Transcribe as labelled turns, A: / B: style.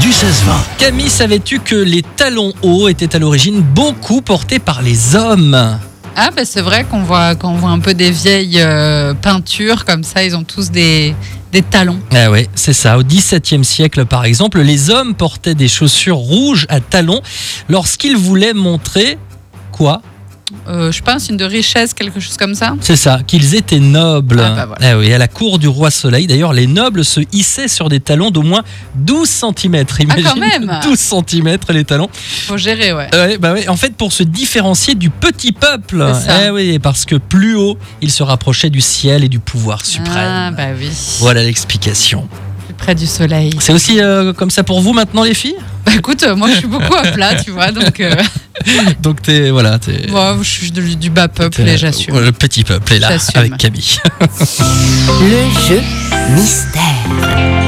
A: du 16-20.
B: Camille, savais-tu que les talons hauts étaient à l'origine beaucoup portés par les hommes
C: Ah, bah c'est vrai qu'on voit, qu'on voit un peu des vieilles euh, peintures comme ça, ils ont tous des, des talons.
B: Ah ouais, c'est ça. Au XVIIe siècle, par exemple, les hommes portaient des chaussures rouges à talons lorsqu'ils voulaient montrer quoi
C: Euh, je pense une de richesse, quelque chose comme ça.
B: C'est ça, qu'ils étaient nobles.
C: Ah bah voilà.
B: Ah oui, à la cour du roi Soleil, d'ailleurs, les nobles se hissaient sur des talons d'au moins 12 cm. Imagine,
C: Ah, même
B: 12 cm les talons.
C: Faut gérer, ouais.
B: Ouais, bah ouais, en fait, pour se différencier du petit peuple.
C: C'est ça.
B: Eh oui, parce que plus haut, il se rapprochait du ciel et du pouvoir suprême.
C: Ah, bah oui.
B: Voilà l'explication.
C: Plus près du soleil.
B: C'est aussi euh, comme ça pour vous maintenant, les filles
C: Bah écoute, euh, moi je suis beaucoup à plat, tu vois, donc euh,
B: Donc, t'es. Voilà, t'es.
C: moi je suis du, du bas peuple
B: t'es- euh,
C: et j'assume.
B: Le petit peuple est là,
C: J'assume.
B: avec Camille.
D: Le jeu mystère.